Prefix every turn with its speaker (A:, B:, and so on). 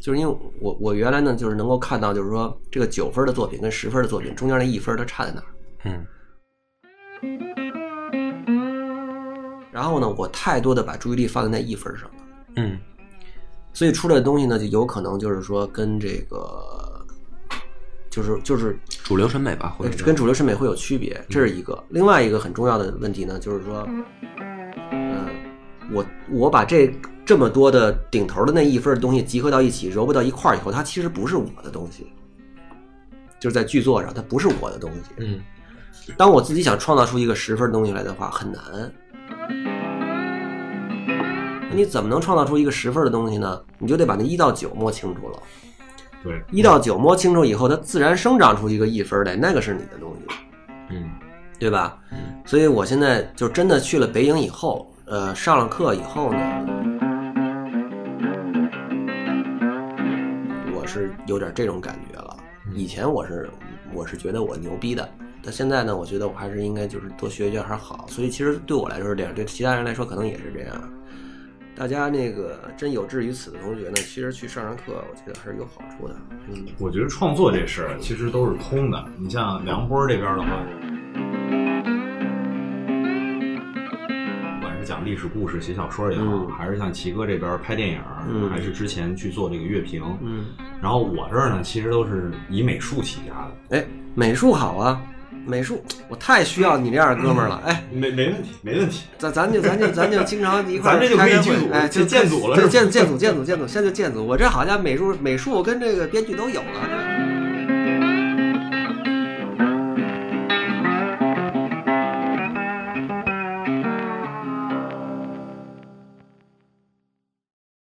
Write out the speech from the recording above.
A: 就是因为我我原来呢，就是能够看到，就是说这个九分的作品跟十分的作品中间那一分它差在哪儿。
B: 嗯
A: 然后呢，我太多的把注意力放在那一分上了，
B: 嗯
A: 所以出来的东西呢，就有可能就是说跟这个，就是就是
B: 主流审美吧，或者是
A: 跟主流审美会有区别，这是一个。另外一个很重要的问题呢，就是说，嗯，我我把这这么多的顶头的那一份儿东西集合到一起，揉不到一块儿以后，它其实不是我的东西，就是在剧作上，它不是我的东西。
B: 嗯
A: 当我自己想创造出一个十分东西来的话，很难。你怎么能创造出一个十分的东西呢？你就得把那一到九摸清楚了。
B: 对，
A: 一到九摸清楚以后，它自然生长出一个一分来，那个是你的东西，
B: 嗯
A: 对吧？
B: 嗯
A: 所以我现在就真的去了北影以后，呃，上了课以后呢，我是有点这种感觉了。以前我是我是觉得我牛逼的，但现在呢，我觉得我还是应该就是多学学还好。所以其实对我来说是这样，对其他人来说可能也是这样。大家那个真有志于此的同学呢，其实去上上课，我觉得还是有好处的。嗯，
C: 我觉得创作这事儿其实都是通的。你像梁波这边的话，不管是讲历史故事、写小说也好，
A: 嗯
C: 还是像齐哥这边拍电影，
A: 嗯
C: 还是之前去做这个乐评，
A: 嗯，
C: 然后我这儿呢，其实都是以美术起家的。
A: 哎，美术好啊，美术我太需要你这样的哥们儿了。哎，
C: 没没问题，没问题。
A: 咱咱就咱就咱就经常一块儿
C: 咱这就可以
A: 开开会
C: 剧组
A: 哎，
C: 就建组了
A: 对
C: 是吧
A: 建建组建组建组，现在就建组。我这好像美术美术跟这个编剧都有了。